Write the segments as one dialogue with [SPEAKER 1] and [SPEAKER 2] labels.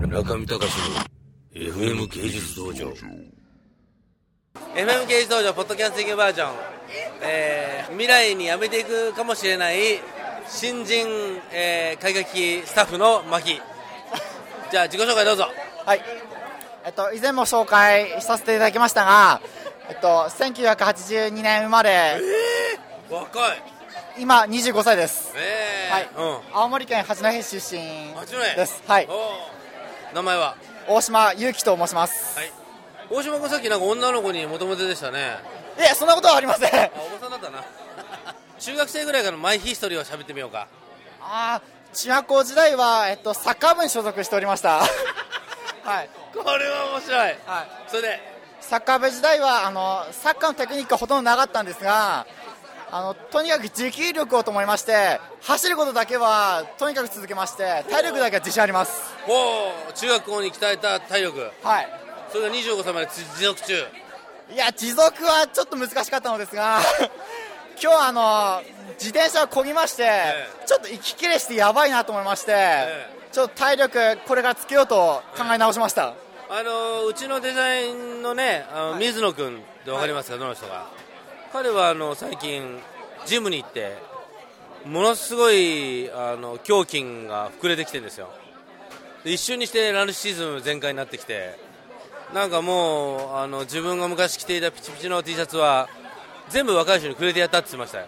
[SPEAKER 1] 村上隆の FM 芸術道場
[SPEAKER 2] FM 芸術道場ポッドキャスティングバージョン、えー、未来にやめていくかもしれない新人、えー、会客機スタッフの牧じゃあ自己紹介どうぞ
[SPEAKER 3] はい。えっと、以前も紹介させていただきましたが、えっと、1982年生まれ、
[SPEAKER 2] 若い
[SPEAKER 3] 今25歳です。
[SPEAKER 2] え
[SPEAKER 3] はい
[SPEAKER 2] え。ー、
[SPEAKER 3] 青森県八戸市出身
[SPEAKER 2] うん八戸
[SPEAKER 3] です。はい。
[SPEAKER 2] おー名前は
[SPEAKER 3] 大島祐希と申します。
[SPEAKER 2] はい大島君さっきなんか女の子にモテモテでしたね
[SPEAKER 3] いや、そんなことはありません。
[SPEAKER 2] あおばさんだ ったな中学生ぐらいからのマイヒストリーを喋ってみようか
[SPEAKER 3] ああ、中学校時代は、えっと、サッカー部に所属しておりました。はい。
[SPEAKER 2] これは面白い
[SPEAKER 3] はい。
[SPEAKER 2] それで
[SPEAKER 3] サッカー部時代はあのサッカーのテクニックはほとんどなかったんですがあのとにかく持久力をと思いまして走ることだけはとにかく続けまして体力だけは自信あります
[SPEAKER 2] おー中学校に鍛えた体力
[SPEAKER 3] はい
[SPEAKER 2] それが25歳まで持続中
[SPEAKER 3] いや持続はちょっと難しかったのですが 今日はあの自転車をこぎまして、
[SPEAKER 2] え
[SPEAKER 3] ちょっと息切れしてやばいなと思いまして、
[SPEAKER 2] え
[SPEAKER 3] ちょっと体力これからつけようと考え直しました、
[SPEAKER 2] あのうちのデザインのねあの、水野君って分かりますか、どの人が彼はあの最近ジムに行ってものすごいあの胸筋が膨れてきてるんですよで一瞬にしてラルシズム全開になってきてなんかもうあの自分が昔着ていたピチピチの T シャツは全部若い人にくれてやったって言ってましたよ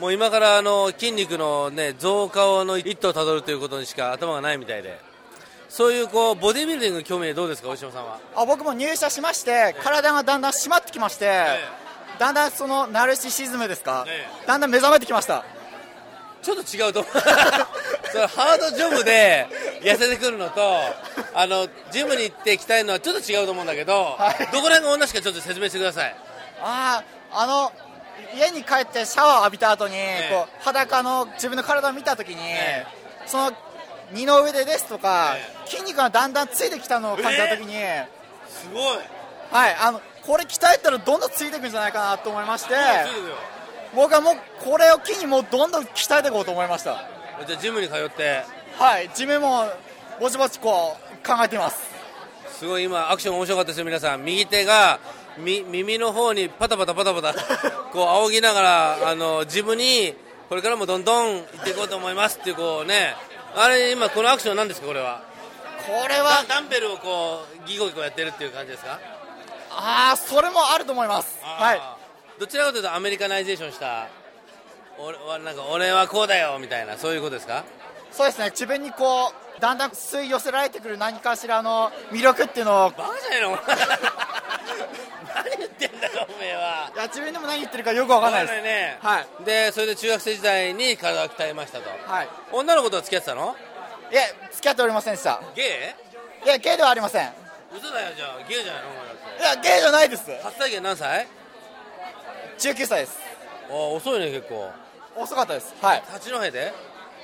[SPEAKER 2] もう今からあの筋肉の、ね、増加の一途をたどるということにしか頭がないみたいでそういうこうボディビルディングに興味どうですか大島さんは
[SPEAKER 3] あ僕も入社しまして体がだんだん締まってきまして、だんだんそのナルシシズムですか、
[SPEAKER 2] え
[SPEAKER 3] だんだん目覚めてきました
[SPEAKER 2] ちょっと違うと思う それハードジョブで痩せてくるのとあのジムに行って鍛えるのはちょっと違うと思うんだけど、
[SPEAKER 3] はい
[SPEAKER 2] どこら辺が同じかちょっと説明してください
[SPEAKER 3] あああの家に帰ってシャワー浴びた後に、
[SPEAKER 2] え
[SPEAKER 3] こう裸の自分の体を見た時に、
[SPEAKER 2] え
[SPEAKER 3] その二の腕ですとか、
[SPEAKER 2] え
[SPEAKER 3] 筋肉がだんだんついてきたのを感じた時に、
[SPEAKER 2] すごい
[SPEAKER 3] はいあのこれ鍛えたらどんどんついてくんじゃないかなと思いまして僕はもうこれを機にもうどんどん鍛えていこうと思いました
[SPEAKER 2] じゃあジムに通って
[SPEAKER 3] はい自分もぼちぼちこう考えています
[SPEAKER 2] すごい今アクション面白かったですよ皆さん右手がみ耳の方にパタパタパタパ タこう仰ぎながらあの自分にこれからもどんどん行っていこうと思いますっていうこうねあれ今このアクションなんですかこれは
[SPEAKER 3] これは
[SPEAKER 2] ダダンベルをこうギコギコやってるっていう感じですか
[SPEAKER 3] ああそれもあると思いますはい
[SPEAKER 2] いどちらかというとアメリカナイゼーションした俺はなんか俺はこうだよみたいなそういうことですか
[SPEAKER 3] そうですね自分にこうだんだん吸い寄せられてくる何かしらの魅力っていうのを
[SPEAKER 2] バカじゃないのお前 何言ってんだよおめえはい
[SPEAKER 3] や自分でも何言ってるかよくわかんないです
[SPEAKER 2] ね
[SPEAKER 3] はい
[SPEAKER 2] でそれで中学生時代に体を鍛えましたと
[SPEAKER 3] はい
[SPEAKER 2] 女の子とは付き合ってたの
[SPEAKER 3] いや付き合っておりませんでした
[SPEAKER 2] ゲ
[SPEAKER 3] いやゲイではありませんい
[SPEAKER 2] イ嘘だよじゃあゲイじゃないのお前だって
[SPEAKER 3] やゲイじゃないです
[SPEAKER 2] 初体験何歳
[SPEAKER 3] 19歳です
[SPEAKER 2] あ遅いね結構
[SPEAKER 3] 遅かったですはい
[SPEAKER 2] 八戸で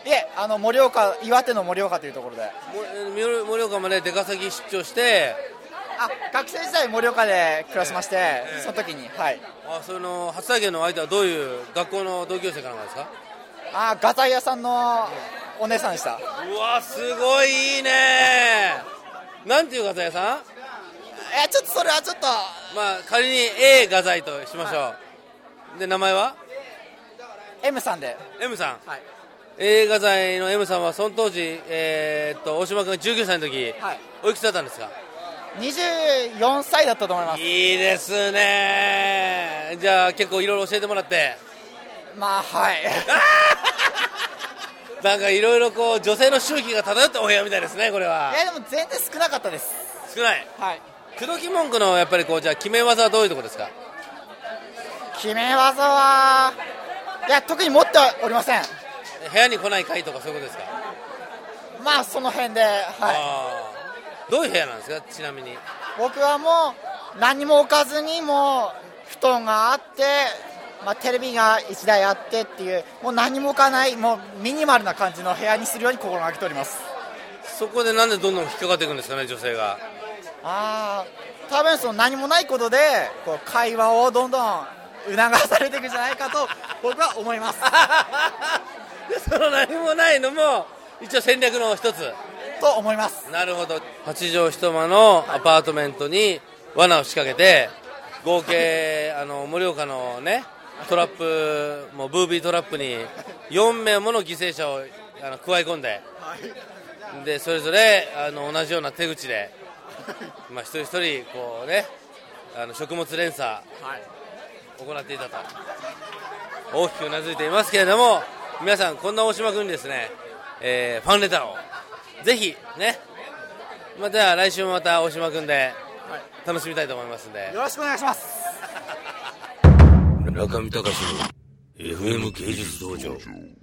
[SPEAKER 3] いえあの盛岡岩手の盛岡というところであ
[SPEAKER 2] もえー盛岡まで出稼ぎ出張して
[SPEAKER 3] 学生時代盛岡で暮らしまして、
[SPEAKER 2] え
[SPEAKER 3] その時にはい
[SPEAKER 2] あその初体験の相手はどういう学校の同級生かなんかですか
[SPEAKER 3] あガタイ屋さんのお姉さんでした
[SPEAKER 2] うわすごいいいねなんていう画材屋さん
[SPEAKER 3] いやちょっとそれはちょっと
[SPEAKER 2] まあ仮に A 画材としましょう、で名前は
[SPEAKER 3] M さんで
[SPEAKER 2] M さん
[SPEAKER 3] はい
[SPEAKER 2] A 画材の M さんはその当時えーっと大島君が19歳の時、
[SPEAKER 3] はい
[SPEAKER 2] おいくつだったんですか
[SPEAKER 3] 24歳だったと思います
[SPEAKER 2] いいですねじゃあ結構いろいろ教えてもら って
[SPEAKER 3] ま あはい
[SPEAKER 2] なんかいろいろこう女性の周期が漂ったお部屋みたいですねこれはい
[SPEAKER 3] やでも全然少なかったです
[SPEAKER 2] 少ない
[SPEAKER 3] はい
[SPEAKER 2] 口説き文句のやっぱりこうじゃあ決め技はどういうとこですか
[SPEAKER 3] 決め技はいや特に持ってはおりません
[SPEAKER 2] 部屋に来ない回とかそういうことですか
[SPEAKER 3] まあその辺ではい
[SPEAKER 2] あーどういう部屋なんですかちなみに
[SPEAKER 3] 僕はもう何も置かずにもう布団があってまあ、テレビが1台あってっていうもう何も置かないもうミニマルな感じの部屋にするように心がけております
[SPEAKER 2] そこでなんでどんどん引っかかっていくんですかね女性が
[SPEAKER 3] ああ多分その何もないことでこう会話をどんどん促されていくんじゃないかと僕は思います
[SPEAKER 2] でその何もないのも一応戦略の一つ
[SPEAKER 3] とと思います
[SPEAKER 2] なるほど8畳一間のアパートメントに罠を仕掛けて合計あの盛岡のねトラップもうブービートラップに4名もの犠牲者をあの加え込んででそれぞれあの同じような手口で、まあ、一人一人こうねあの食物連鎖行っていたと大きくうなずいていますけれども皆さんこんな大島君にですね、えーファンレターをぜひねまた来週もまた大島君で楽しみたいと思いますんで
[SPEAKER 3] よろしくお願いします
[SPEAKER 1] 中見隆の FM 芸術道場。